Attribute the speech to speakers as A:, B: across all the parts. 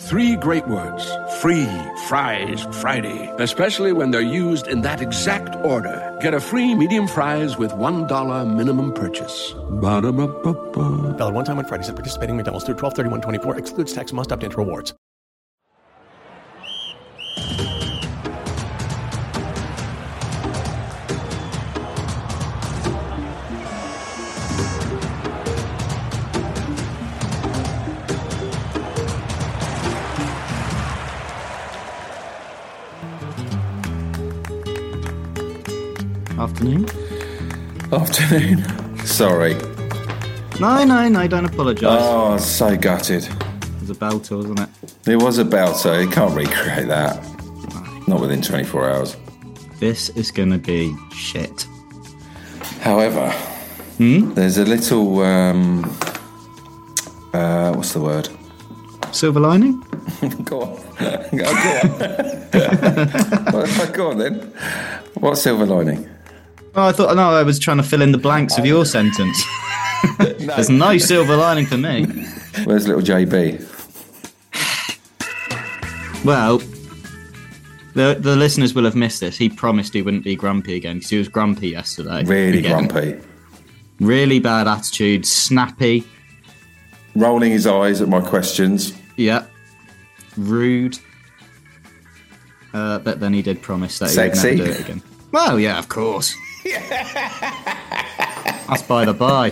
A: Three great words free fries Friday, especially when they're used in that exact order. Get a free medium fries with $1 minimum purchase. Ba-da-ba-ba-ba.
B: Valid one time on Fridays at participating McDonald's through 12/31/24. Excludes tax. Must opt into rewards.
C: Afternoon.
D: Afternoon. Sorry.
C: No, no, no, don't apologise.
D: Oh, so gutted.
C: It was a belter, wasn't it?
D: It was a belter. You can't recreate that. Not within 24 hours.
C: This is going to be shit.
D: However, there's a little. Um, uh, what's the word?
C: Silver lining?
D: Go on. go on. well, go on then. What silver lining?
C: Oh, I thought, no, I was trying to fill in the blanks of your sentence. There's no silver lining for me.
D: Where's little JB?
C: Well, the, the listeners will have missed this. He promised he wouldn't be grumpy again because he was grumpy yesterday.
D: Really
C: Again.
D: grumpy.
C: Really bad attitude, snappy,
D: Rolling his eyes at my questions.
C: yeah, rude. Uh, but then he did promise that he
D: Sexy.
C: would never do it again. Well, yeah, of course. That's by the by.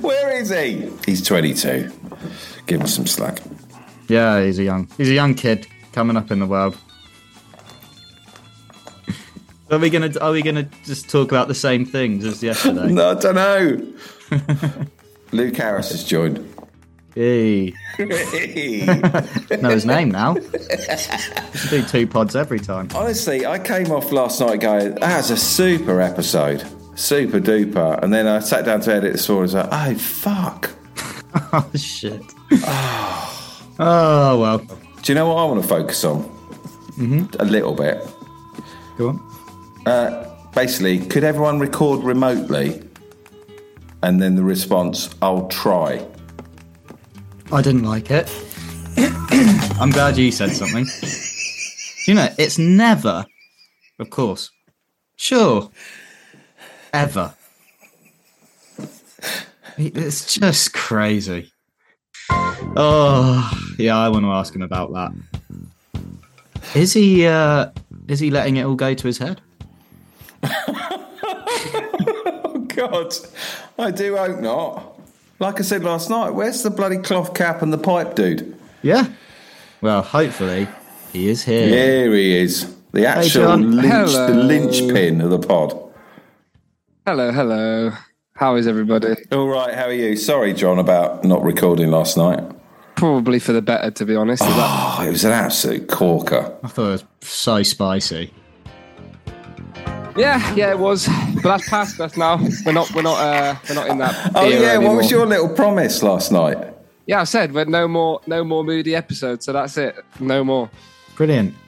D: Where is he? He's 22. Give him some slack.
C: Yeah, he's a young he's a young kid coming up in the world. Are we gonna are we gonna just talk about the same things as yesterday?
D: No, I don't know. Luke Harris has joined.
C: Hey, know his name now. do two pods every time.
D: Honestly, I came off last night going, that's a super episode. Super duper. And then I sat down to edit this morning and was like, oh, fuck.
C: Oh shit. Oh well.
D: Do you know what I want to focus on? A little bit.
C: Go on.
D: Basically, could everyone record remotely? And then the response, I'll try.
C: I didn't like it. I'm glad you said something. You know, it's never, of course, sure, ever. It's just crazy. Oh, yeah, I want to ask him about that. Is he, uh, is he letting it all go to his head?
D: Oh, God. I do hope not. Like I said last night, where's the bloody cloth cap and the pipe, dude?
C: Yeah. Well, hopefully, he is here.
D: Here he is. The actual
E: John.
D: lynch, the
E: Hello.
D: linchpin of the pod.
E: Hello, hello. How is everybody?
D: All right, how are you? Sorry, John, about not recording last night.
E: Probably for the better, to be honest. Is that-
D: Oh, it was an absolute corker.
C: I thought it was so spicy.
E: yeah, yeah, it was. But that's past us now. We're not, we're not, uh, we're not in that.
D: Oh,
E: era
D: yeah, what was
E: anymore.
D: your little promise last night?
E: Yeah, I said we're no more, no more moody episodes. So that's it. No more.
C: Brilliant.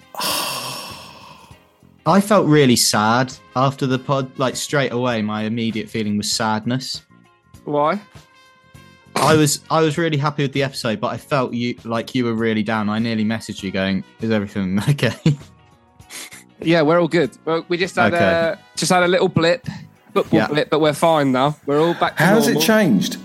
C: I felt really sad after the pod. Like straight away, my immediate feeling was sadness.
E: Why?
C: I was I was really happy with the episode, but I felt you like you were really down. I nearly messaged you going, "Is everything okay?"
E: Yeah, we're all good. Well, we just had
C: Okay.
E: a, just had a little blip, football
C: Yeah.
E: blip, but we're fine now. We're all back. To
D: How's it
E: normal.
D: changed?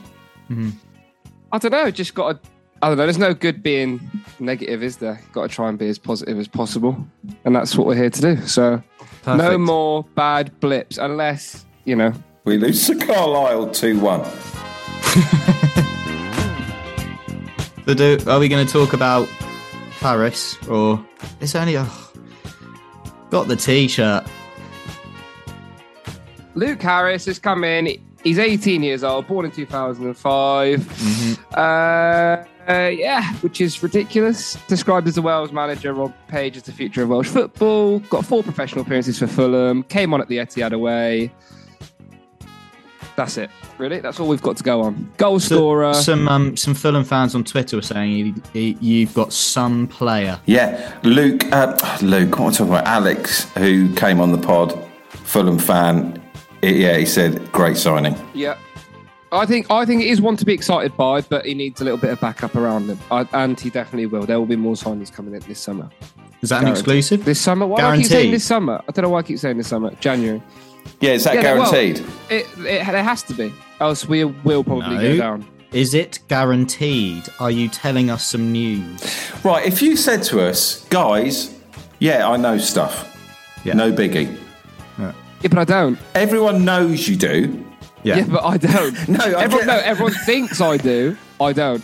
E: I don't know. Just got to. I don't know. There's no good being negative, is there? Got to try and be as positive as possible, and that's what we're here to do. So, no
C: Perfect.
E: more bad blips, unless you know.
D: We lose to Carlisle 2 1.
C: So do, are we going to talk about Paris or it's only oh, got the t-shirt?
E: Luke Harris has come in. He's 18 years old, born in 2005. Uh, Uh, yeah, which is ridiculous. Described as the Wales manager, Rob Page is the future of Welsh football. Got four professional appearances for Fulham. Came on at the Etihad away. That's it, really. That's all we've got to go on. Goal scorer.
C: Some um, some Fulham fans on Twitter were saying he, he, you've got some player.
D: Yeah, Luke, uh, Luke, what am I talking about? Alex, who came on the pod, Fulham fan. It, yeah, he said, great signing.
E: Yeah. I think I think it is one to be excited by, but he needs a little bit of backup around him, I, and he definitely will. There will be more signings coming in this summer.
C: Is that an
E: Guaranteed.
C: exclusive?
E: This summer, why do I keep saying
C: Guaranteed.
E: this summer? I don't know why I keep saying this summer. January.
D: Yeah, is that
E: Yeah, well,
D: guaranteed?
E: It, it, there has to be, else we will probably
C: No.
E: go down.
C: Is it guaranteed? Are you telling us some news?
D: Right, if you said to us, guys, yeah, I know stuff.
C: Yeah.
D: No biggie.
E: Yeah, but I don't.
D: Everyone knows you do.
C: Yeah.
E: Yeah, but I don't.
D: No, I
E: everyone,
D: get-
E: no, everyone thinks I do. I don't.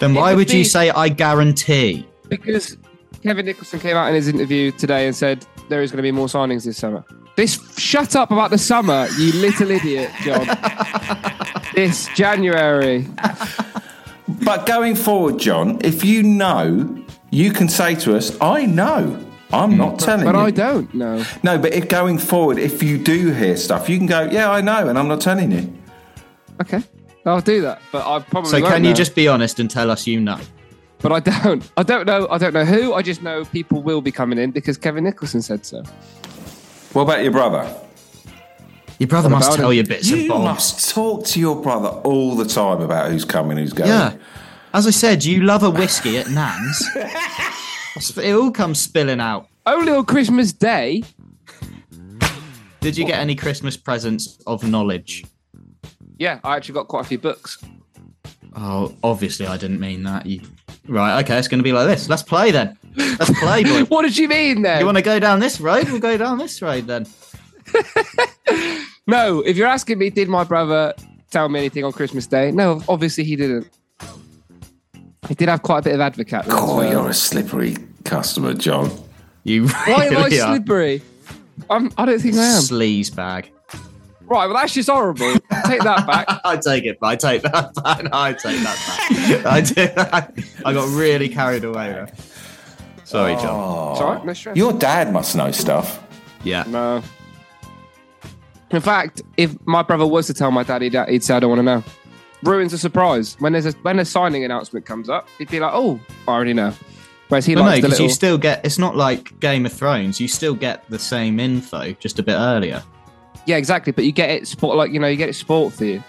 C: then
E: it
C: why
E: would
C: would you
E: be-
C: say I guarantee?
E: Because Kevin Nicholson came out in his interview today and said there is going to be more signings this summer. This shut up about the summer, you little idiot, John. this January.
D: But going forward, John, if you know, you can say to us, I know. I'm not telling
E: But
D: you.
E: I don't know.
D: No, but if going forward, if you do hear stuff, you can go, yeah, I know, and I'm not telling you.
E: Okay. I'll do that, but I probably
C: So
E: won't
C: can you
E: know.
C: just be honest and tell us you know?
E: But I don't. I don't know. I don't know who. I just know people will be coming in because Kevin Nicholson said so.
D: What about your brother?
C: Your brother must
E: about
C: tell
E: him?
C: you bits
D: you
C: and bobs.
D: must talk to your brother all the time about who's coming, who's going.
C: Yeah. As I said, you love a whiskey at Nan's. it all comes spilling out.
E: Only on Christmas Day.
C: Did you get any Christmas presents of knowledge?
E: Yeah, I actually got quite a few books.
C: Oh, obviously I didn't mean that. You... Right, okay, it's going to be like this. Let's play then. Let's play, boy.
E: What did you mean then?
C: you want to go down this road? We'll go down this road then.
E: No, if you're asking me, did my brother tell me anything on Christmas Day? No, obviously he didn't. He did have quite a bit of advocate.
D: Oh, you're a slippery customer, John.
C: You
E: Why am I
C: really are.
E: slippery? I'm, I don't think I am.
C: Sleaze bag.
E: Right, well, that's just horrible. Take that back.
C: I take it. I take that back. I take that back. I do. I got really carried away. there. Sorry, John.
E: It's all right, no stress.
D: Your dad must know stuff.
C: Yeah.
E: No. In fact, if my brother was to tell my daddy that, he'd say, I don't want to know. Ruins a surprise. When there's a when a signing announcement comes up, he'd be like, oh, I already know. Whereas he
C: But no,
E: likes the
C: because
E: little...
C: you still get. It's not like Game of Thrones. You still get the same info, just a bit earlier.
E: Yeah, exactly. But you get it sport like you know you get it sport for you.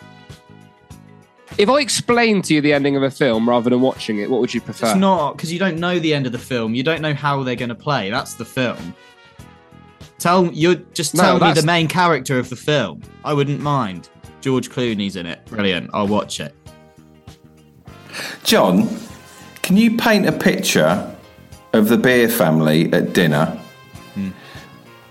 E: If I explained to you the ending of a film rather than watching it, what would you prefer?
C: It's not because you don't know the end of the film. You don't know how they're going to play. That's the film. Tell you just
E: No,
C: tell me
E: that's-
C: the main character of the film. I wouldn't mind. George Clooney's in it. Brilliant. I'll watch it.
D: John, can you paint a picture of the beer family at dinner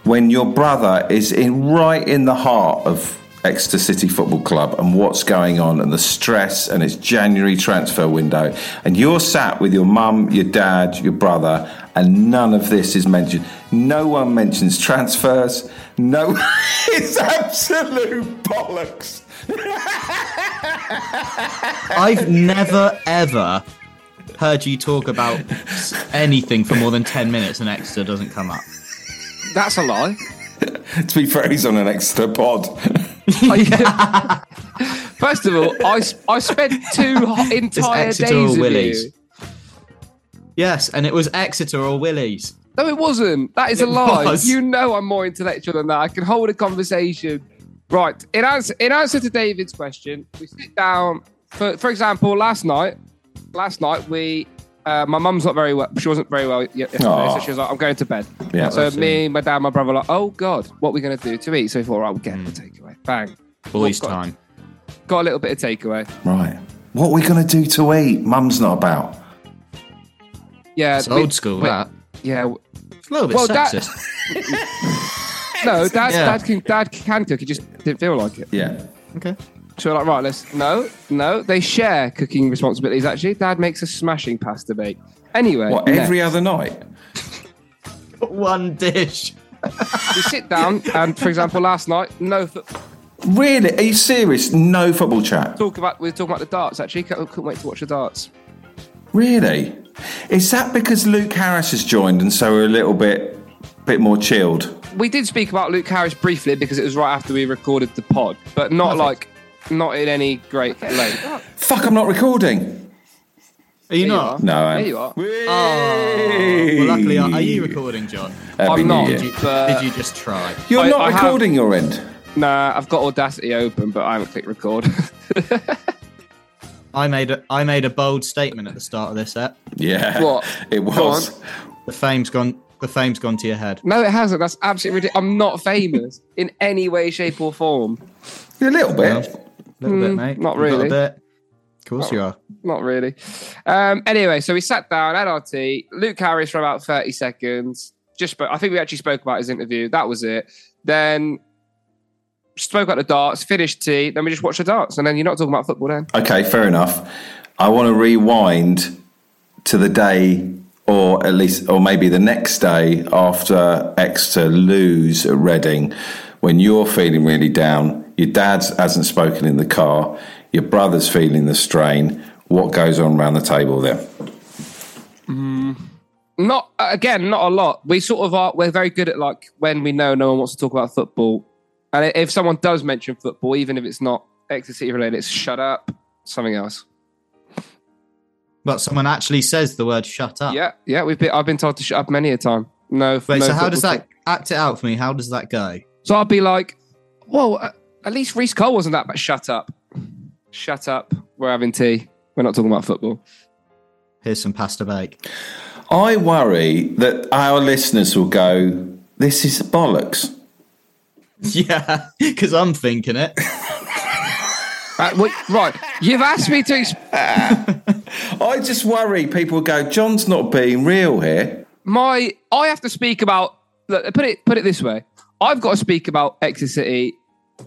D: when your brother is in right in the heart of Exeter City Football Club and what's going on and the stress and it's January transfer window and you're sat with your mum, your dad, your brother and none of this is mentioned. No one mentions transfers. No, it's absolute bollocks.
C: I've never ever heard you talk about s- anything for more than ten minutes and Exeter doesn't come up.
E: That's a lie.
D: To be fair, he's on an Exeter pod.
E: First of all, I, s- I spent two ho-
C: It's
E: entire
C: Exeter
E: days
C: or
E: with
C: Willies.
E: you.
C: Yes, and it was Exeter or Willie's.
E: No, it wasn't. That is a
C: It
E: lie.
C: was.
E: You know I'm more intellectual than that. I can hold a conversation. Right. In answer, in answer to David's question, we sit down. For, for example, last night, last night we, uh, my mum's not very well. She wasn't very well ye- yesterday, so
D: Aw.
E: she was like, "I'm going to bed."
D: Yeah,
E: so
D: that's
E: me, my dad, my brother, like, "Oh God, what are we going to do to eat?" So we thought, "Right, we'll get the
C: Mm.
E: takeaway." Bang.
C: Boys'
E: What got-
C: time.
E: Got a little bit of takeaway.
D: Right. What are we going to do to eat? Mum's not about.
E: Yeah,
C: It's
E: we-
C: old school.
E: we-
C: That.
E: Yeah, w-
C: It's a little bit
E: Well, that-
C: sexist.
E: no, dad,
C: Yeah.
E: dad can, dad can cook. He just didn't feel like it.
D: Yeah.
C: Okay.
E: So we're like, right, let's no, no. They share cooking responsibilities. Actually, Dad makes a smashing pasta bake. Anyway,
D: What,
E: next.
D: every other night?
C: One dish.
E: we sit down and, for example, last night, no foot
D: Really? Are you serious? No football chat?
E: talk about we were talking about the darts. Actually, couldn't, couldn't wait to watch the darts.
D: Really? Is that because Luke Harris has joined and so we're a little bit bit more chilled?
E: We did speak about Luke Harris briefly because it was right after we recorded the pod, but not like not in any great length.
D: Fuck, I'm not recording.
C: Are you
E: There you
C: not?
E: are.
D: No, I am.
E: There you are.
C: Well, luckily, are are you recording, John?
D: Happy
E: I'm
D: New
E: not.
D: Year.
C: Did you,
E: But-
C: did you just try?
D: You're
E: I-
D: not
E: I have-
D: recording your end.
E: Nah, I've got Audacity open, but I haven't clicked record.
C: I made a, I made a bold statement at the start of this set.
D: Yeah.
E: What?
D: It
E: Go
D: was.
E: on.
C: The fame's gone. The fame's gone to your head.
E: no, it hasn't. That's absolutely ridiculous. I'm not famous in any way, shape, or form.
D: A little bit.
C: A little bit, mate.
E: Hmm, not
C: A little
E: really.
C: bit. Of course you are.
E: Not really. Um, anyway, so we sat down, had our tea. Luke Harris for about 30 seconds. Just, spoke, I think we actually spoke about his interview. That was it. Then spoke about the darts, finished tea. Then we just watched the darts, and then you're not talking about football then.
D: Okay, fair enough. I want to rewind to the day, or at least, or maybe the next day after Exeter lose at Reading, when you're feeling really down. Your dad hasn't spoken in the car. Your brother's feeling the strain. What goes on around the table there?
E: Not uh, again, not a lot. We sort of are. We're very good at like when we know no one wants to talk about football, and if someone does mention football, even if it's not Exeter City related, it's shut up, something else.
C: But someone actually says the word "shut up."
E: Yeah, yeah. We've been. I've been told to shut up many a time. No.
C: Ah. Wait.
E: no
C: so how does
E: football
C: that act it out for me? How does that go?
E: So I'd be like, well, a- at least Reese Cole wasn't that bad. Shut up. Shut up. We're having tea. We're not talking about football.
C: Here's some pasta bake.
D: I worry that our listeners will go, "This is bollocks."
C: yeah, because I'm thinking it.
E: Uh, wait, right. You've asked me to. Exp-
D: I just worry people go, "John's not being real here."
E: my. I have to speak about. Look, put it. Put it this way. I've got to speak about Exeter City.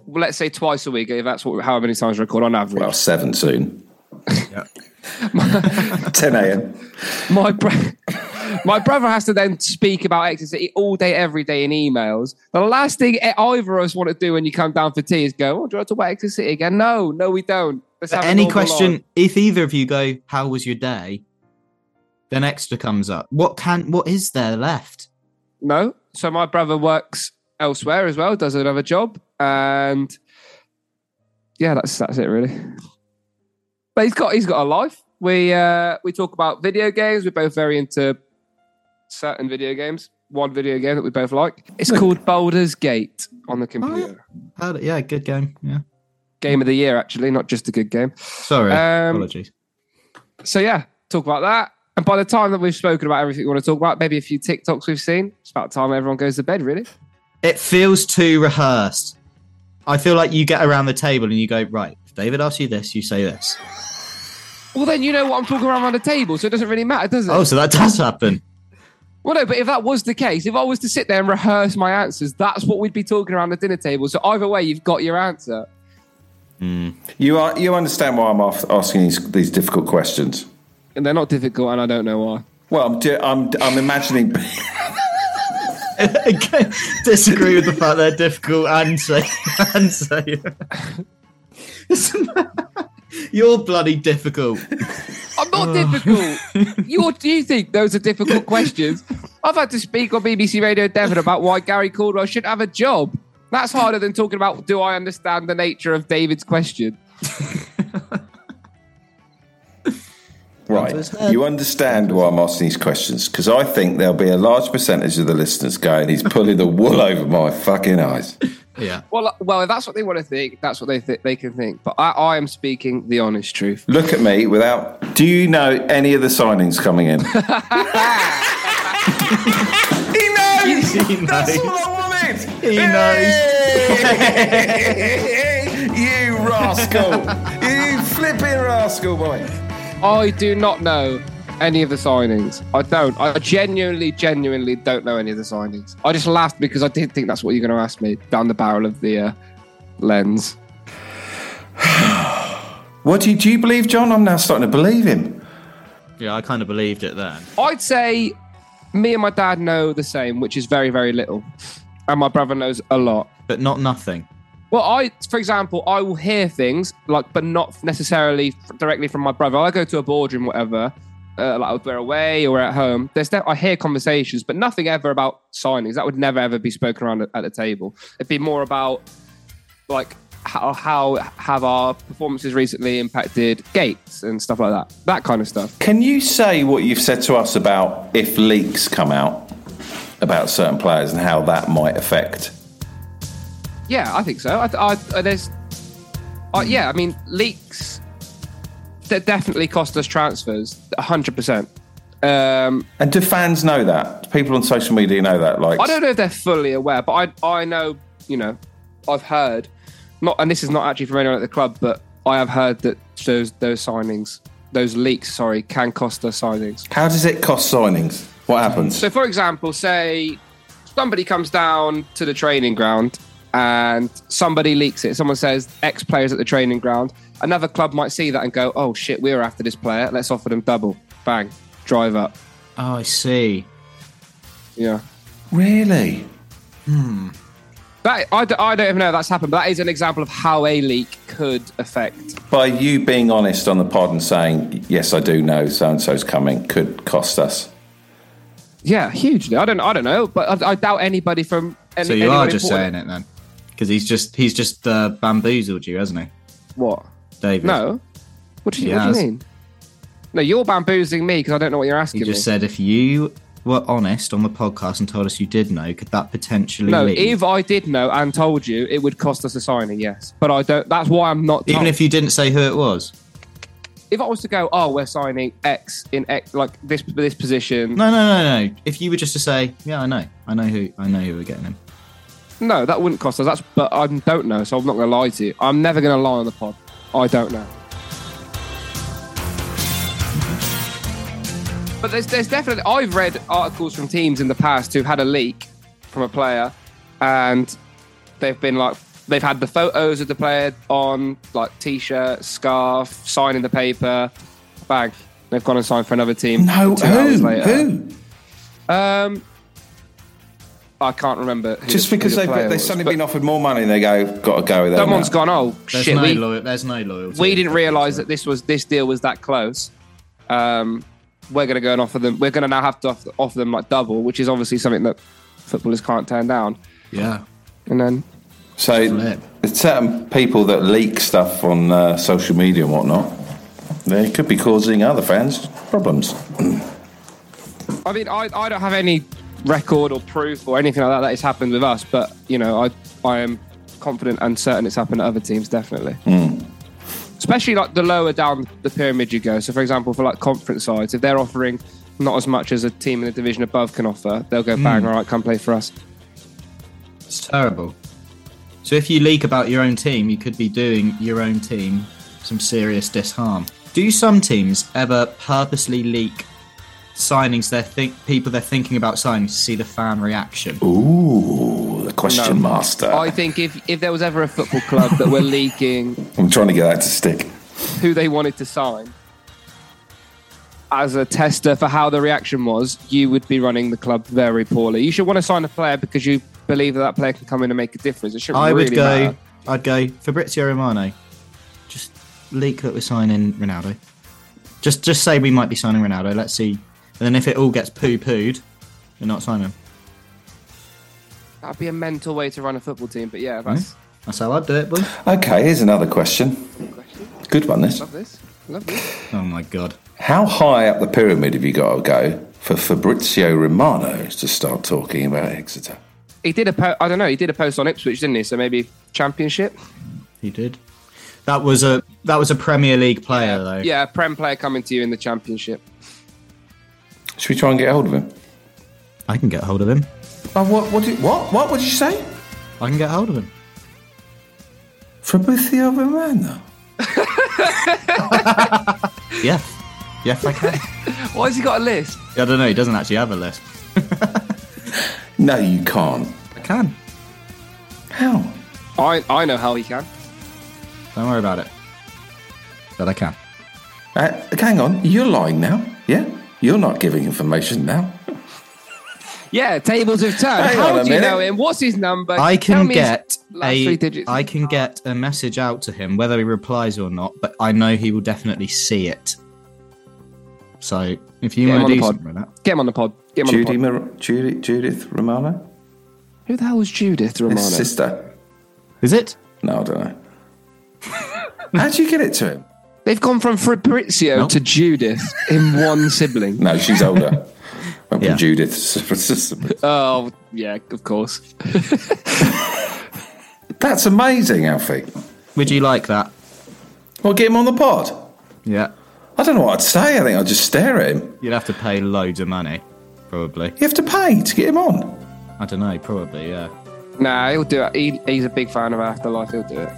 E: well, Let's say twice a week. If that's what, how many times I record on average.
D: Well, seven soon. 10 a.m.
E: my bro- my brother has to then speak about Exeter City all day, every day in emails. The last thing e- either of us want to do when you come down for tea is go, "Oh, do you want to talk about Exeter City again?" No, no, we don't. Let's have a
C: Any
E: normal
C: question?
E: life.
C: If either of you go, "How was your day?" Then extra comes up. What can? What is there left?
E: No. So my brother works elsewhere as well, does another job, and yeah, that's that's it really. But he's got he's got a life. We uh, we talk about video games. We're both very into certain video games. One video game that we both like. It's called Boulder's Gate on the computer.
C: How do- yeah, good game. Yeah.
E: game of the year, actually, not just a good game.
C: Sorry.
E: Um,
C: Apologies.
E: So yeah, talk about that. And by the time that we've spoken about everything we want to talk about, maybe a few TikToks we've seen. It's about time everyone goes to bed, really.
C: It feels too rehearsed. I feel like you get around the table and you go, right, if David asks you this, you say this.
E: Well, then you know what I'm talking about around the table, so it doesn't really matter, does it?
C: Oh, so that does happen.
E: Well, no, but if that was the case, if I was to sit there and rehearse my answers, that's what we'd be talking around the dinner table. So either way, you've got your answer.
D: You are you understand why I'm af- asking these, these difficult questions?
E: And they're not difficult, and I don't know why.
D: Well, I'm do- I'm I'm imagining
C: Again, Disagree with the fact they're difficult and say, and say. You're bloody difficult.
E: I'm not difficult. you do you think those are difficult questions? I've had to speak on BBC Radio Devon about why Gary Caldwell should have a job. That's harder than talking about do I understand the nature of David's question?
D: right. You understand why I'm asking these questions because I think there'll be a large percentage of the listeners going, "He's pulling the wool over my fucking eyes."
C: Yeah.
E: Well, well, if that's what they want to think, that's what they th- they can think. But I, I am speaking the honest truth.
D: Look at me without. Do you know any of the signings coming in? he knows.
C: He
D: That's
C: knows.
D: all I wanted.
C: He knows.
D: you rascal! you flipping rascal boy!
E: I do not know any of the signings. I don't. I genuinely, genuinely don't know any of the signings. I just laughed because I didn't think that's what you're going to ask me down the barrel of the uh, lens.
D: What do you, do you believe, John? I'm now starting to believe him.
C: Yeah, I kind of believed it then.
E: I'd say me and my dad know the same, which is very, very little. And my brother knows a lot.
C: But not nothing.
E: Well, I, for example, I will hear things like, but not necessarily f- directly from my brother. I go to a boardroom, whatever, uh, like we're away or we're at home, there's de- I hear conversations, but nothing ever about signings. That would never ever be spoken around at, at the table. It'd be more about like how, how have our performances recently impacted Gates and stuff like that. That kind of stuff.
D: Can you say what you've said to us about if leaks come out about certain players and how that might affect?
E: Yeah, I think so. I, I, I- there's, I, yeah, I mean, leaks that definitely cost us transfers, hundred percent. Um,
D: And do fans know that? Do people on social media know that? Like,
E: I don't know if they're fully aware, but I, I know, you know, I've heard, not, and this is not actually from anyone at the club, but I have heard that those those signings, those leaks, sorry, can cost us signings.
D: How does it cost signings? What happens?
E: So, for example, say somebody comes down to the training ground and somebody leaks it. Someone says X players at the training ground. Another club might see that and go, "Oh shit, we were after this player. Let's offer them double." Bang, drive up.
C: Oh, I see.
E: Yeah,
D: really?
E: that I, d- I don't even know if that's happened, but that is an example of how a leak could affect.
D: By you being honest on the pod and saying, yes, I do know so and so's coming, could cost us.
E: Yeah, hugely. I don't I don't know, but I, I doubt anybody from. Any,
C: So you
E: anyone
C: are just
E: important-
C: saying it then, because he's just he's just uh, bamboozled you, hasn't he,
E: what?
C: David?
E: No. What do you, what
C: Yes.
E: do you mean? No, you're bamboozling me because I don't know what you're asking
C: He
E: me.
C: just said if you were honest on the podcast and told us you did know, could that potentially
E: No,
C: lead?
E: if I did know and told you, it would cost us a signing, yes. But I don't. That's why I'm not.
C: even if you didn't say who it was?
E: if I was to go, oh, we're signing X in X, like this this position. No,
C: No, no, no, no. If you were just to say, yeah, I know, I know who, I know who we're getting him.
E: that wouldn't cost us. That's but I don't know, so I'm not going to lie to you. I'm never going to lie on the pod. I don't know. But there's there's definitely I've read articles from teams in the past who've had a leak from a player, and they've been like they've had the photos of the player on like t-shirt, scarf, signing the paper, bag. They've gone and signed for another team.
D: No,
E: two hours
D: who?
E: later.
D: Who?
E: Um, I can't remember. who
D: Just
E: the- who
D: because
E: the
D: they've,
E: player
D: they've
E: was,
D: suddenly
E: but
D: been offered more money and they go, got to go with that.
E: Someone's
D: now."
E: gone. Oh
C: There's
E: shit!
C: no
E: we,
C: loyal. There's no loyalty.
E: we didn't realise that this was this deal was that close. Um, we're going to go and offer them. We're going to now have to offer, offer them like double, which is obviously something that footballers can't turn down.
C: Yeah.
E: And then
D: So
C: Flip.
D: it's certain people that leak stuff on uh, social media and whatnot. They could be causing other fans problems.
E: I mean, I, I don't have any record or proof or anything like that that has happened with us, but you know, I I am confident and certain it's happened to other teams, definitely. Especially like the lower down the pyramid you go. So, for example, for like conference sides, if they're offering not as much as a team in the division above can offer, they'll go bang, all right, come play for us.
C: It's terrible. So if you leak about your own team, you could be doing your own team some serious disharm. Do some teams ever purposely leak signings they're think people they're thinking about signing to see the fan reaction?
D: Ooh, the question
E: No.
D: master.
E: I think if if there was ever a football club that were leaking
D: I'm trying to get that to stick.
E: who they wanted to sign as a tester for how the reaction was, you would be running the club very poorly. You should want to sign a player because you believe that that player can come in and make a difference. It shouldn't
C: I
E: really
C: would go.
E: matter.
C: I'd go Fabrizio Romano. Just leak that we're signing Ronaldo. Just just say we might be signing Ronaldo. Let's see. And then if it all gets poo pooed, we're not signing. him.
E: That'd be a mental way to run a football team. But yeah, that's
C: That's how I'd do it, boy.
D: Okay, here's another question. Good one, this.
E: love this. Love this.
C: Oh my god.
D: How high up the pyramid have you got to go for Fabrizio Romano to start talking about Exeter?
E: He did a. Po- I don't know. He did a post on Ipswich, didn't he? So maybe championship.
C: He did. That was a that was a Premier League player though.
E: Yeah, a prem player coming to you in the championship.
D: Should we try and get hold of him?
C: I can get hold of him.
D: Oh, what? What? Did, what? What would you say?
C: I can get hold of him.
D: Fabrizio Romano.
C: Yeah. Yeah, I can.
E: Why has he got a list?
C: I don't know. He doesn't actually have a list.
D: No, you can't.
C: I can.
D: How?
E: I I know how he can.
C: Don't worry about it. But I can.
D: Uh, hang on, you're lying now. Yeah, you're not giving information now.
E: Yeah, tables have turned.
D: Hang on
E: how
D: a
E: do you know
D: minute.
E: him? What's his number?
C: I
E: Uh, Tell
C: can
E: me his
C: get
E: last three
C: a
E: digits.
C: I can get a message out to him whether he replies or not, but I know he will definitely see it. So if you
E: Get him
C: want to
E: on the
C: do
E: pod.
C: something with that,
E: Get him on the pod. Get him
D: Judy,
E: on the pod.
D: Mar- Judy, Judith Romano,
E: Who the hell was Judith Romano?
D: his sister.
C: is it?
D: No, I don't know. How'd you get it to him?
E: They've gone from Fabrizio
C: Nope.
E: to Judith in one sibling.
D: No, she's older. Went
C: Yeah.
D: from Judith. to-
E: Oh, yeah, of course.
D: That's amazing, Alfie.
C: Would you like that?
D: Well, get him on the pod.
C: Yeah.
D: I don't know what I'd say. I think I'd just stare at him.
C: You'd have to pay loads of money, probably.
D: You have to pay to get him on.
C: I don't know, probably, yeah.
E: Nah, he'll do it. He, he's a big fan of Afterlife. He'll do it.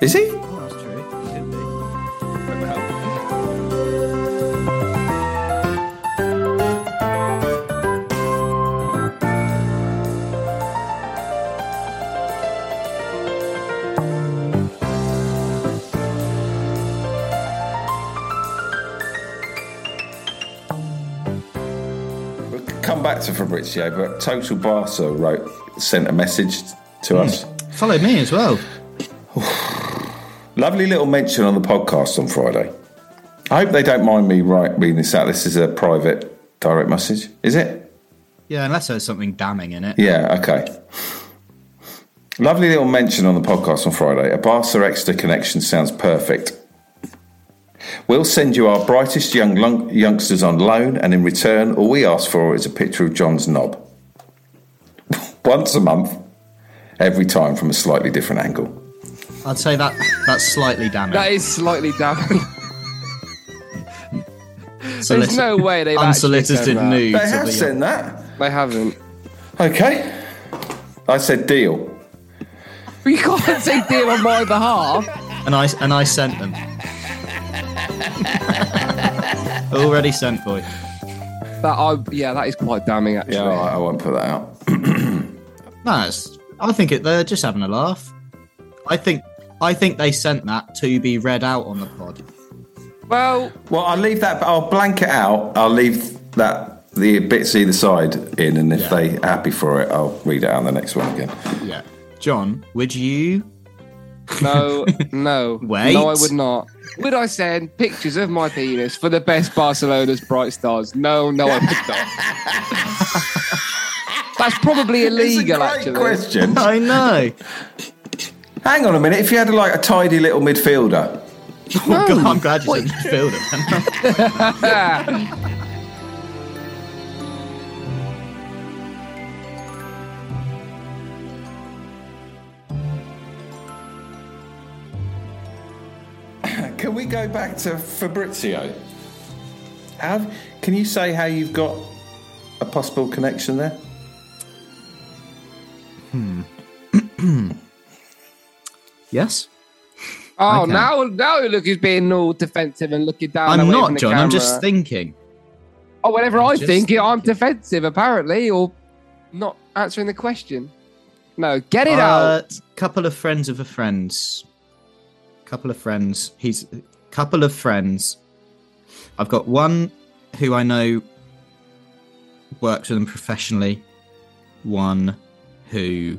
D: Is he?
C: that's true.
D: We'll come back to Fabrizio, but Total Barca wrote sent a message to us.
C: Follow me as well.
D: Lovely little mention on the podcast on Friday. I hope they don't mind me right reading this out. This is a private direct message. Is it?
C: Yeah, unless there's something damning in it.
D: Yeah, okay. Lovely little mention on the podcast on Friday. A Barca Exeter connection sounds perfect. We'll send you our brightest young lung- youngsters on loan, and in return, all we ask for is a picture of John's knob. Once a month, every time from a slightly different angle.
C: I'd say that that's slightly damning.
E: That is slightly damning.
C: Solici-
E: There's no way they've actually
C: unsolicited
E: said that.
C: nudes.
D: They
C: of
D: have
C: a young-
D: sent that.
E: They haven't.
D: Okay. I said deal.
E: You can't say dear on my behalf.
C: and I and I sent them. Already sent for you.
E: That I, yeah, that is quite damning actually.
D: Yeah, all right, I won't put that out.
C: No, it's, I think it, they're just having a laugh. I think I think they sent that to be read out on the pod.
E: Well,
D: Well, I'll leave that. I'll blank it out. I'll leave that the bits either side in, and if
C: Yeah.
D: they happy for it, I'll read it out in the next one again.
C: Yeah, John, would you?
E: no, no,
C: Wait.
E: no, I would not. Would I send pictures of my penis for the best Barcelona's bright stars? No, no, I would not. That's probably illegal,
D: It's a
E: actually.
D: great question.
C: I know.
D: Hang on a minute. If you had like a tidy little midfielder,
C: Oh, God, I'm glad you said midfielder.
D: can we go back to Fabrizio? How can you say how you've got a possible connection there?
C: yes.
E: Oh,
C: Okay.
E: now, now you look, he's being all defensive and looking down.
C: I'm
E: away
C: not,
E: from the
C: John. I'm just
E: camera.
C: thinking.
E: Oh, whenever
C: I'm
E: I
C: just
E: think it, I'm
C: thinking.
E: defensive, apparently, or not answering the question. No, get it
C: Uh,
E: out.
C: couple of friends of a friend's. Couple of friends. He's couple of friends. I've got one who I know works with him professionally. One who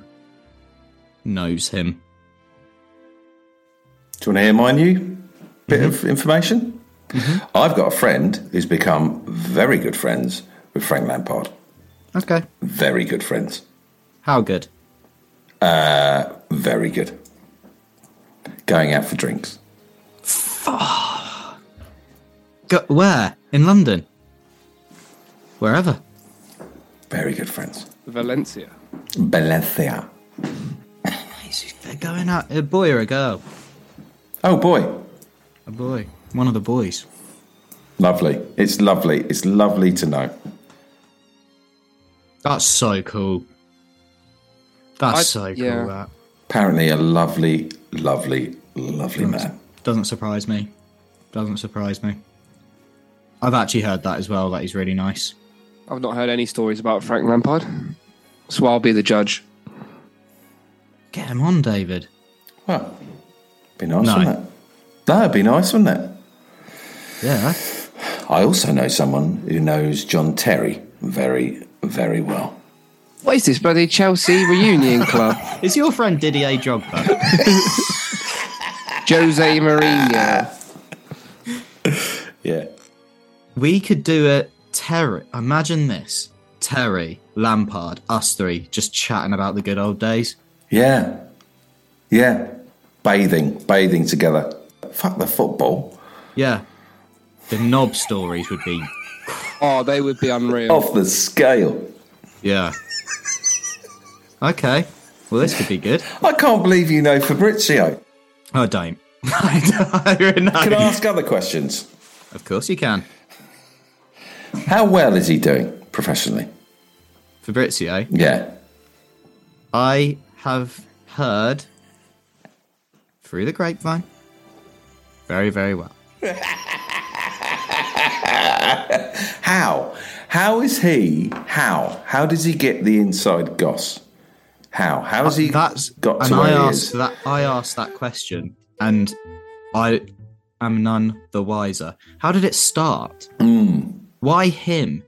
C: knows him.
D: Do you want to hear my new bit of information? I've got a friend who's become very good friends with Frank Lampard.
C: Okay.
D: Very good friends.
C: How good?
D: Uh, Very good. Going out for drinks.
C: Go, where in London? Wherever.
D: Very good friends.
E: Valencia.
D: Valencia.
C: They're going out. A boy or a girl?
D: Oh boy.
C: A boy. One of the boys.
D: Lovely. It's lovely. It's lovely to know.
C: That's so cool. That's
E: I-
C: so cool.
E: yeah.
C: That.
D: Apparently, a lovely, lovely, lovely man.
C: Doesn't surprise me. Doesn't surprise me. I've actually heard that as well. That he's really nice.
E: I've not heard any stories about Frank Lampard, so I'll be the judge.
C: Get him on, David.
D: Well, be nice,
C: No.
D: wouldn't it? No, it'd be nice, wouldn't it?
C: Yeah.
D: I also know someone who knows John Terry very, very well.
E: What is this bloody Chelsea reunion club?
C: Is your friend Didier Drogba?
E: Jose Mourinho.
D: Yeah.
C: We could do it. Terry, imagine this: Terry Lampard, us three, just chatting about the good old days.
D: Yeah. Yeah. Bathing, bathing together. Fuck the football.
C: Yeah, the knob stories would be.
E: Oh, they would be unreal.
D: Off the scale.
C: Yeah. Okay. Well, this could be good.
D: I can't believe you know Fabrizio.
C: Oh, don't. I don't know.
D: Can I ask other questions?
C: Of course you can.
D: How well is he doing professionally?
C: Fabrizio,
D: Yeah.
C: I have heard through the grapevine very, very well.
D: How? How is he? How? How does he get the inside goss? How? How has he
C: That's
D: got
C: and
D: to
C: I
D: where he
C: asked
D: is?
C: that I asked that question and I am none the wiser. How did it start? Why him?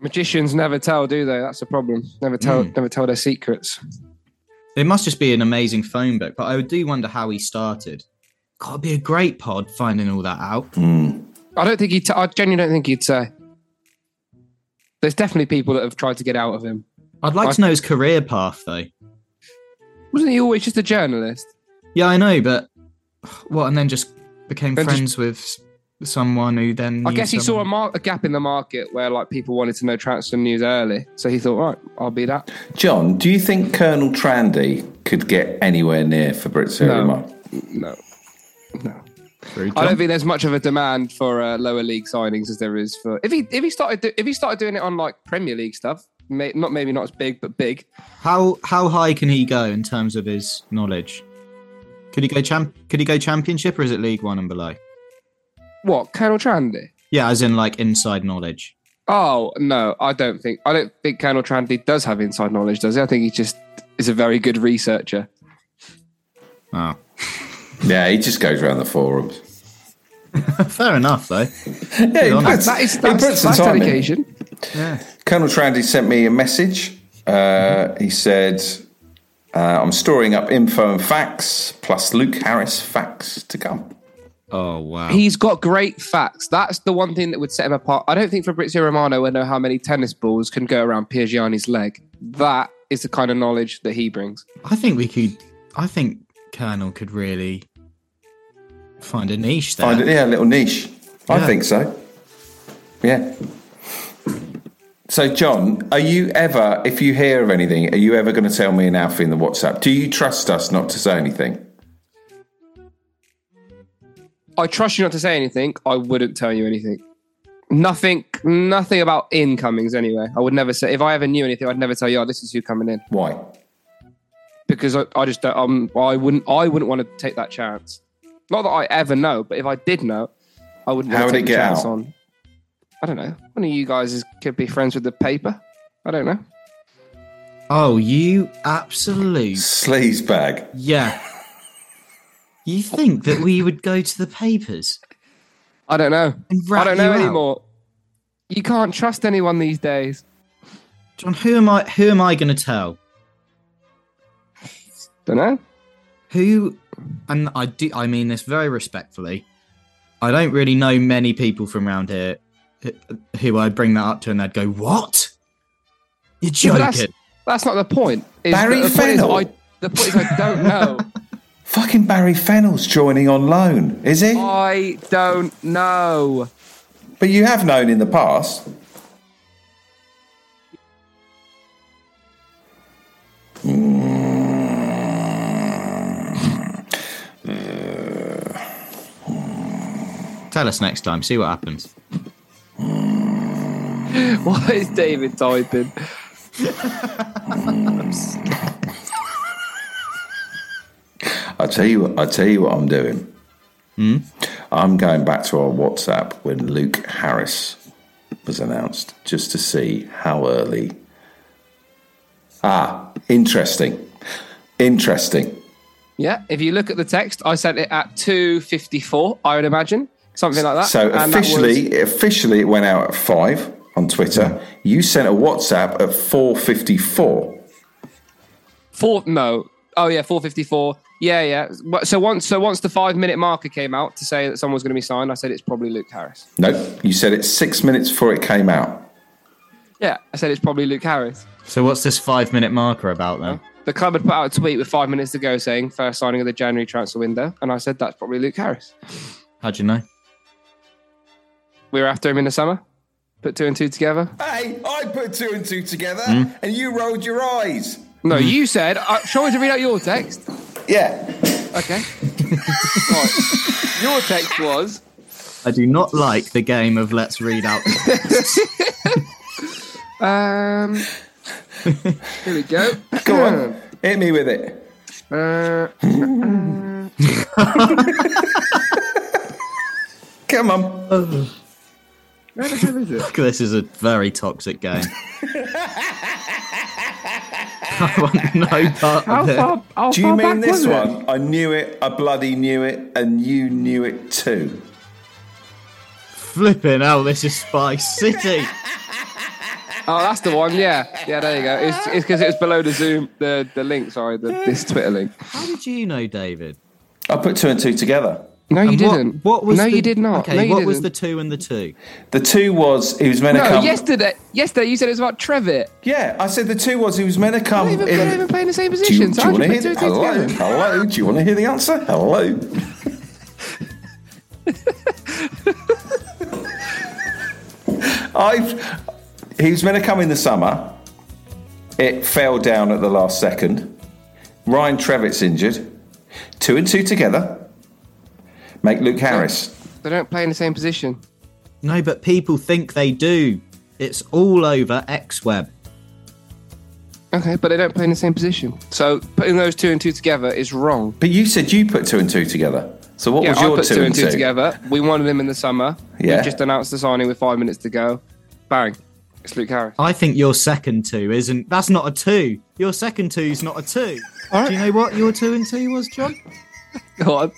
E: Magicians never tell, do they? That's the problem. Never tell, never tell their secrets.
C: It must just be an amazing phone book, but I do wonder how he started. God, it'd be a great pod finding all that out.
E: I don't think he. T- I genuinely don't think he'd say. There's definitely people that have tried to get out of him.
C: I'd like
E: I-
C: to know his career path though.
E: Wasn't he always just a journalist?
C: Yeah, I know, but what? And then just became
E: Then just-
C: friends with s- someone who then.
E: I guess he saw a, mar- a gap in the market where like people wanted to know transfer news early, so he thought, right, I'll be that.
D: John, do you think Colonel Trandy could get anywhere near Fabrizio
E: No.
D: Romano?
E: No, no.
C: a.
E: I don't think there's much of a demand for uh, lower league signings as there is for if he if he started do- if he started doing it on like Premier League stuff, may, not maybe not as big but big.
C: How how high can he go in terms of his knowledge? Could he go champ? Could he go championship or is it League One and below?
E: What Colonel Trandy?
C: Yeah, as in like inside knowledge.
E: Oh no, I don't think I don't think Colonel Trandy does have inside knowledge, does he? I think he just is a very good researcher.
C: Oh,
D: Yeah, he just goes around the forums.
C: fair enough though.
D: Yeah, he
C: on
D: puts,
E: That is
D: he
E: that's,
D: puts some
E: that's
D: time in.
E: dedication.
C: Yeah.
D: Colonel Trandy sent me a message. Uh, he said, uh, I'm storing up info and facts, plus Luke Harris facts to come.
C: Oh wow.
E: He's got great facts. That's the one thing that would set him apart. I don't think Fabrizio Romano would know how many tennis balls can go around Piergiani's leg. That is the kind of knowledge that he brings.
C: I think we could. I think Colonel could really find a niche there.
D: Find it, yeah, a little niche. I
C: Yeah.
D: think so. Yeah. So, John, are you ever, if you hear of anything, are you ever going to tell me and Alfie in the WhatsApp? Do you trust us not to say anything?
E: I trust you not to say anything. I wouldn't tell you anything. Nothing, nothing about incomings anyway. I would never say if I ever knew anything, I'd never tell you. Oh, this is who coming in
D: Why?
E: because I, I just don't. Um, I wouldn't. I wouldn't want to take that chance. Not that I ever know, but if I did know, I wouldn't.
D: How
E: want
D: would
E: to
D: it
E: take
D: get
E: the chance
D: out?
E: on. I don't know. One of you guys is, could be friends with the paper. I don't know.
C: Oh, you absolute
D: Sleaze bag.
C: yeah. You think that we would go to the papers?
E: I don't know.
C: And
E: I
C: rat
E: don't know
C: you out.
E: anymore. You can't trust anyone these days.
C: John, who am I? Who am I going to tell?
E: Don't know.
C: Who? And I do. I mean this very respectfully. I don't really know many people from around here who- who I'd bring that up to, and they'd go, "What? You're
E: But
C: joking."
E: that's, that's not the point. Is
D: Barry
E: the, the point is
D: Fennell.
E: I, the point is I don't know.
D: Fucking Barry Fennell's joining on loan, is he?
E: I don't know.
D: But you have known in the past.
C: Tell us next time. See what happens.
E: What is David typing?
D: I tell you, what- I tell you what I'm doing.
E: Hmm?
D: I'm going back to our WhatsApp when Luke Harris was announced, just to see how early. Ah, interesting, interesting.
E: Yeah, if you look at the text, I sent it at 2.54, I would imagine. Something like that.
D: So
E: Ah, And that was- Hmm.
D: officially, officially, it went out at five on Twitter. You sent a WhatsApp at four fifty-four.
E: Four, no. Oh, yeah, 4.54. Yeah, yeah. But- So once, so once the five minute marker came out to say that someone was going to be signed, I said it's probably Luke Harris.
D: No, you said it six minutes before it came out.
E: Yeah, I said it's probably Luke Harris.
C: So what's this five minute marker about then?
E: The club had put out a tweet with five minutes to go saying first signing of the January transfer window, and I said that's probably Luke Harris.
C: How'd you know?
E: We were after him in the summer, put two and two together.
D: Hey, I put two and two together,
E: Hmm?
D: and you rolled your eyes.
E: No, you said. Uh, shall I read out your text?
D: Yeah.
E: Okay. right. Your text was.
C: I do not like the game of let's read out.
E: Um, here we go.
D: Go
E: Hmm.
D: on. Hit me with it.
E: Uh,
D: Come on.
E: where the hell is it?
C: this is a very toxic game. I want no part
E: How
C: of it.
E: far? How
D: Do you
E: far
D: mean
E: back was
D: this
E: it?
D: one? I knew it. I bloody knew it, and you knew it too.
C: Flipping hell, this is Spy City.
E: Oh, that's the one. Yeah, yeah. There you go. It's it's because it was below the Zoom, the the link. Sorry, the, this Twitter link.
C: How did you know, David?
D: I put two and two together.
E: No, you
C: And what-
E: didn't.
C: What, was
E: no,
C: the-
E: you did not.
C: Okay,
E: no, you
C: what
E: didn't.
C: was the two and the two?
D: The two was he was meant to
E: no,
D: come.
E: yesterday, yesterday you said it was about Trevitt.
D: Yeah, I said the two was he was meant to
E: I'm
D: come.
E: not even,
D: in-
E: they're not even playing the same
D: Oh. Do you,
E: position.
D: do
E: so
D: you
E: I
D: want to
E: should
D: hear?
E: put two and two
D: Hello,
E: together.
D: hello. Do you want to hear the answer? Hello. I've. He was meant to come in the summer. It fell down at the last second. Ryan Trevitt's injured. Two and two together. Make Luke Harris.
E: They don't play in the same position.
C: No, but people think they do. It's all over XWeb.
E: Okay, but they don't play in the same position. So putting those two and two together is wrong.
D: But you said you put two and two together. So what was
E: yeah,
D: your
E: I put
D: two,
E: and two together. We wanted him in the summer.
D: Yeah.
E: We just announced the signing with five minutes to go. Bang. It's Luke Harris.
C: I think your second two isn't. That's not a two. Your second two's not a two. Do you know what your two and two was, John?
E: Go on.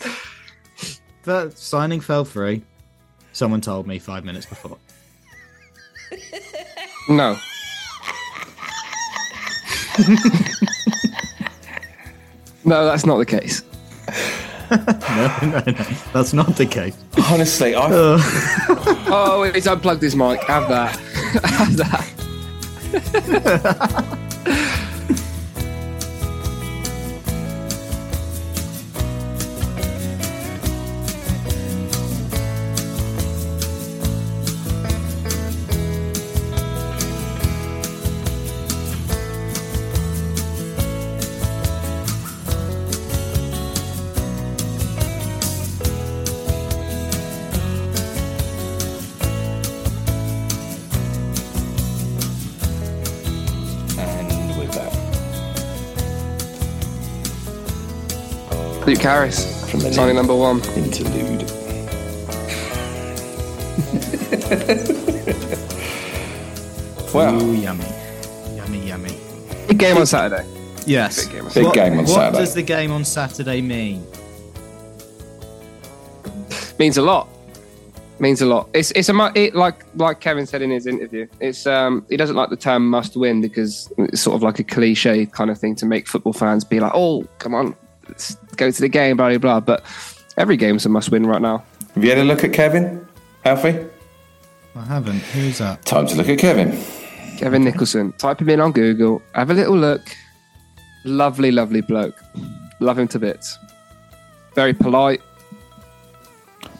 C: That signing fell through. Someone told me five minutes before.
E: No. no, that's not the case.
C: No, no, no. That's not the case.
D: Honestly, I
E: Oh, he's unplugged his mic. Have that. Have that.
D: and with that
E: Luke Harris.
D: From the
E: Signing
D: league.
E: number one.
D: interlude. wow.
C: Ooh, yummy, yummy, yummy.
E: Big game on Saturday.
C: Yes.
E: Big game on
D: Big
E: Saturday.
C: What-
D: game on
C: What
D: Saturday.
C: does the game on Saturday mean?
E: means a lot. Means a lot. It's it's a mu- it, like like Kevin said in his interview. It's um he doesn't like the term must win because it's sort of like a cliche kind of thing to make football fans be like, oh come on, let's go to the game, blah blah blah. But every game's a must win right now.
D: Have you had a look at Kevin, Alfie?
C: I haven't. Who's that?
D: Time to look at Kevin.
E: Kevin Nicholson. Type him in on Google. Have a little look. Lovely, lovely bloke. Love him to bits. Very polite.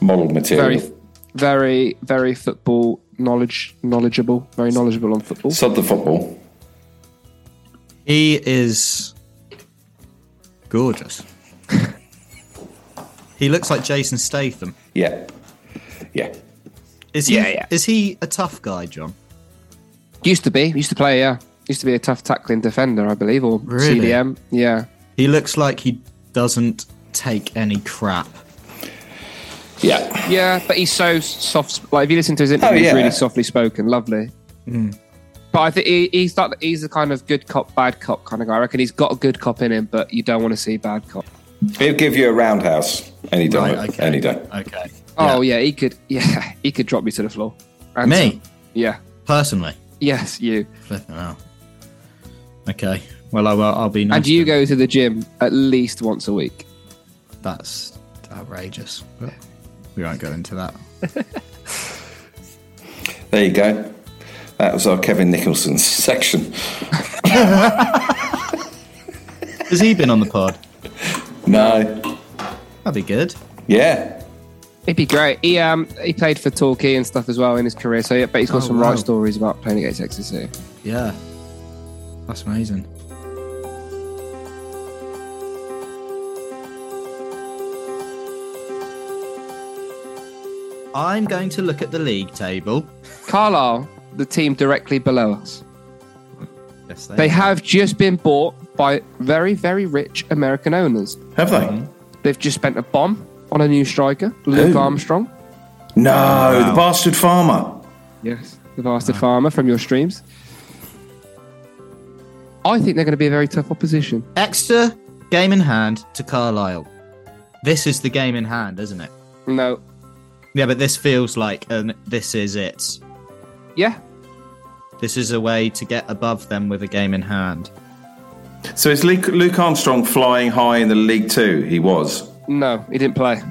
D: Model material.
E: Very, very, very football knowledge knowledgeable. Very knowledgeable on football.
D: Sod the football.
C: He is gorgeous. he looks like Jason Statham.
D: Yeah. Yeah.
C: Is he?
E: Yeah, yeah.
C: Is he a tough guy, John?
E: Used to be. Used to play, yeah. Used to be a tough tackling defender, I believe, or
C: Really?
E: CDM. Yeah.
C: He looks like he doesn't take any crap.
D: Yeah.
E: Yeah, but he's so soft. sp- Like, if you listen to his interview,
D: Oh, yeah.
E: he's really softly spoken. Lovely.
C: Hmm.
E: But I think he, he's, that, he's the kind of good cop, bad cop kind of guy. I reckon he's got a good cop in him, but you don't want to see bad cop.
D: He'll give you a roundhouse any day. Any day.
C: Okay.
E: Oh, yeah, he could, yeah, he could drop you to the floor. And- uh,
C: Me
E: Yeah.
C: personally.
E: Yes, you.
C: Flipping hell. Okay. Well, I will, I'll be. Nice
E: And
C: to
E: you
C: him.
E: go to the gym at least once a week.
C: That's outrageous. But we won't go into that.
D: There you go. That was our Kevin Nicholson section.
C: Has he been on the pod?
D: No.
C: That'd be good.
D: Yeah.
E: It'd be great. He um he played for Torquay and stuff as well in his career, so yeah, but he's got
C: Oh,
E: some
C: wow.
E: right stories about playing against Exeter. City.
C: Yeah. That's amazing. I'm going to look at the league table.
E: Carlisle, the team directly below us,
C: Yes,
E: they have just been bought by very very rich American owners.
D: Have they?
E: They've just spent a bomb on a new striker, Luke
D: Who?
E: Armstrong.
D: No, the bastard farmer.
E: Yes, the bastard farmer from your streams. I think they're going to be a very tough opposition.
C: Extra game in hand to Carlisle. This is the game in hand, isn't it?
E: No,
C: Yeah, but this feels like um, this is it.
E: yeah,
C: This is a way to get above them with a game in hand.
D: So is Luke, Luke Armstrong flying high in the League Two? He was.
E: no, he didn't play.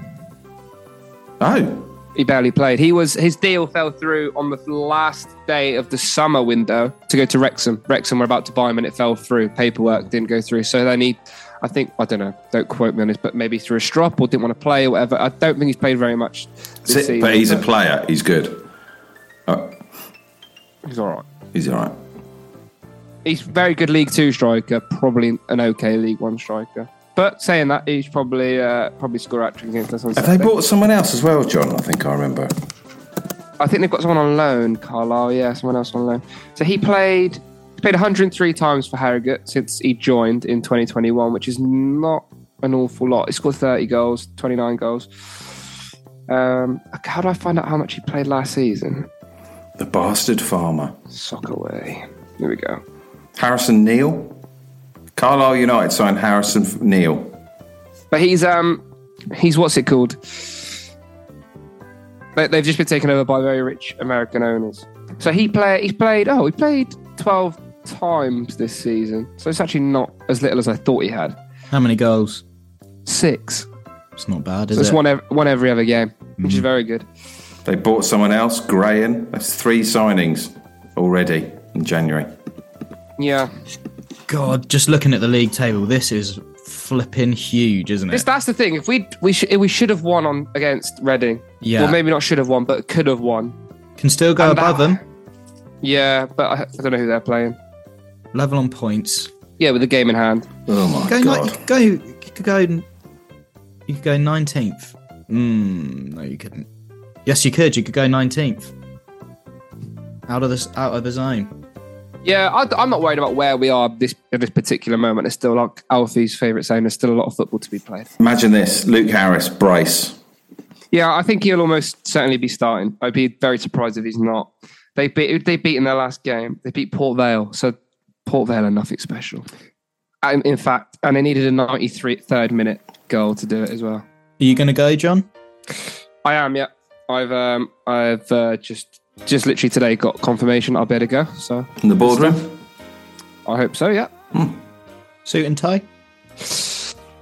D: Oh,
E: He barely played. He was his deal fell through on the last day of the summer window to go to Wrexham. Wrexham were about to buy him, and it fell through. Paperwork didn't go through, so then he, I think, I don't know. Don't quote me on this, but maybe threw a strop or didn't want to play or whatever. I don't think he's played very much. This
D: Si-
E: season,
D: but he's a player. He's good.
E: he's all right.
D: He's all right.
E: He's a very good League Two striker, probably an okay League One striker. But saying that, he's probably uh, probably score actually against us on
D: Have they
E: Saturday.
D: bought someone else as well, John? I think I remember.
E: I think they've got someone on loan, Carlisle. Yeah, someone else on loan. So he played he played 103 times for Harrogate since he joined in 2021, which is not an awful lot. He scored 30 goals, 29 goals. Um, how do I find out how much he played last season?
D: The bastard farmer.
E: Soccer way. Here we go.
D: Harrison Neal. Carlisle United signed Harrison F- Neal.
E: But he's um he's what's it called? They- They've just been taken over by very rich American owners. So he play he's played oh he played twelve times this season. So it's actually not as little as I thought he had.
C: How many goals?
E: Six.
C: It's not bad, is
E: So it's
C: it? Mm.
E: one ev- one every other game, which is very good.
D: They bought someone else, Grayan. That's three signings already in January.
E: Yeah,
C: God, just looking at the league table, this is flipping huge, isn't
E: This-
C: it?
E: that's the thing. If we we should we should have won on against Reading.
C: Yeah.
E: Well, maybe not should have won, but could have won.
C: Can still go
E: And
C: above them.
E: that- Yeah, but I, I don't know who they're playing.
C: Level on points.
E: Yeah, with the game in hand.
D: Oh my
C: Go,
D: god!
C: ni- you could go, you could go, you could go nineteenth. Mm, no, you couldn't. Yes, you could. You could go nineteenth. Out of this, out of the zone.
E: Yeah, I, am not worried about where we are this at this particular moment. It's still like Alfie's favourite saying. There's still a lot of football to be played.
D: Imagine this: Luke Harris, brace.
E: Yeah, I think he'll almost certainly be starting. I'd be very surprised if he's not. They beat they beat in their last game. They beat Port Vale, so Port Vale are nothing special. And in fact, and they needed a 93 third minute goal to do it as well.
C: Are you going to go, John?
E: I am. Yeah, I've um, I've uh, just just literally today got confirmation. I better go. So
D: In the boardroom.
E: I hope so. Yeah.
C: Suit and tie.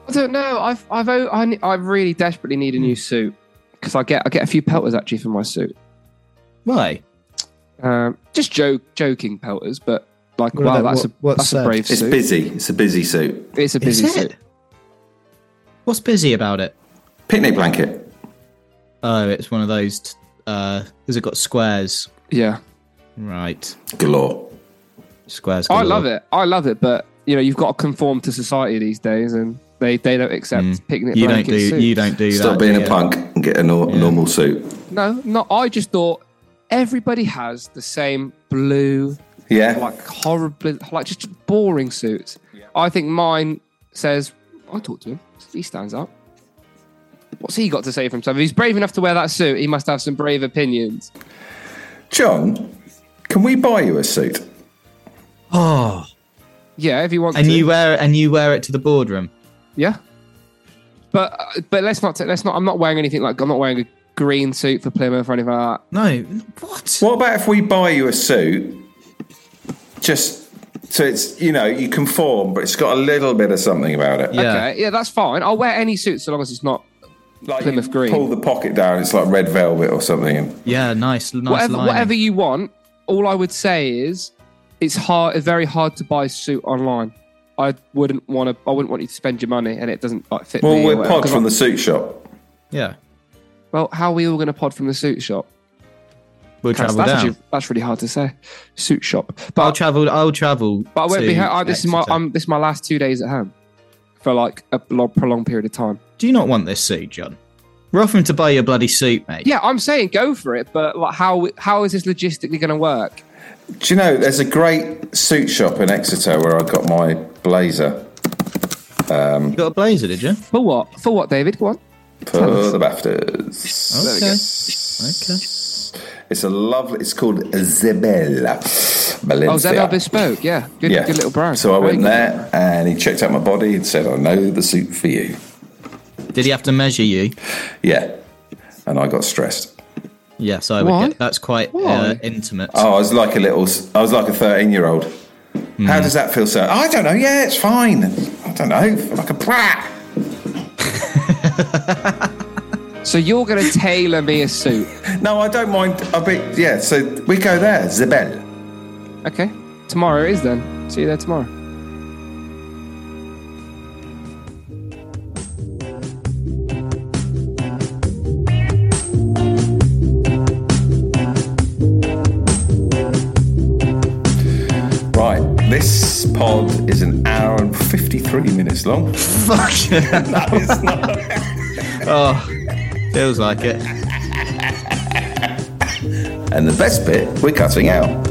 E: I don't know. I've I've o- I, ne- I really desperately need a new suit because I get I get a few pelters actually for my suit.
C: Why?
E: Um, just joke joking pelters, but like
C: What
E: wow,
C: about-
E: that's
C: what-
E: a
C: what's
E: that's a
C: said?
E: brave
D: It's
E: suit.
D: busy. It's a busy suit.
E: It's a busy
C: Is
E: suit.
C: it? What's busy about it?
D: Picnic blanket.
C: Oh, it's one of those. T- uh, has it got squares?
E: Yeah,
C: Right,
D: Galore.
C: squares.
E: I
C: galore.
E: love it. I love it, but you know you've got to conform to society these days, and they they don't accept picnic
C: Mm. You don't
E: blanket
C: do.
E: suits.
C: You don't do
D: Stop
C: that.
D: being
C: do
D: a
C: you?
D: punk and get a nor- normal suit.
E: No, no. I just thought everybody has the same blue
D: Yeah.
E: like horribly like just boring suits. I think mine says I talk to him. He stands up. What's he got to say for himself? If he's brave enough to wear that suit, he must have some brave opinions.
D: John, can we buy you a suit?
C: Oh,
E: Yeah, if you want
C: and
E: to.
C: you wear it, and you wear it to the boardroom.
E: yeah. But uh, but let's not let's not. I'm not wearing anything like I'm not wearing a green suit for Plymouth or anything like that.
C: No, what?
D: What about if we buy you a suit? Just So it's you know you conform, but it's got a little bit of something about it.
C: Yeah.
E: Okay, yeah, that's fine. I'll wear any suit so long as it's not
D: Like
E: Plymouth
D: you
E: Green.
D: Pull the pocket down. It's like red velvet or something. And
C: Yeah, nice, nice
E: whatever
C: lining.
E: whatever you want. All I would say is it's hard it's very hard to buy a suit online. I wouldn't want to I wouldn't want you to spend your money and it doesn't like fit
D: well,
E: me. or
D: we're
E: whatever,
D: pod
E: 'cause
D: from
E: I-
D: the suit shop.
C: yeah,
E: Well, how are we all going to pod from the suit shop?
C: we'll
E: That's,
C: travel
E: that's,
C: down.
E: actually, that's really hard to say. Suit shop. But
C: I'll travel. I'll travel.
E: But I won't
C: to
E: be. Home. I, this is my.
C: Exeter.
E: I'm. This is my last two days at home, for like a lo- prolonged period of time.
C: Do you not want this suit, John? We're offering to buy your bloody suit, mate.
E: Yeah, I'm saying go for it, but like, how how is this logistically going to work?
D: Do you know there's a great suit shop in Exeter where I got my blazer
C: You got a blazer, did you?
E: For what? For what, David? Go on.
D: for the BAFTAs.
E: Oh,
C: Okay.
D: It's a lovely. It's called Zebella.
E: Oh,
D: Balenciaga.
E: Zebel Bespoke. Yeah, good, good little brand.
D: So I
E: Very
D: went
E: good.
D: there and he checked out my body and said, I know the suit for you.
C: Did he have to measure you?
D: Yeah. And I got stressed.
C: Yes, I would.
E: Why?
C: Get, that's quite uh,
E: Why?
C: intimate.
D: Oh, I was like a little, I was like a 13 year old. How does that feel, sir? I don't know. Yeah, it's fine. I don't know. Like a prat.
E: So you're going to tailor me a suit?
D: No, I don't mind. I bit, yeah. So we go there, Zebel.
E: Okay. Tomorrow it is then. See you there tomorrow.
D: Right. This pod is an hour and 53 minutes long.
C: Fuck. oh, feels like it.
D: And the best bit, we're cutting out.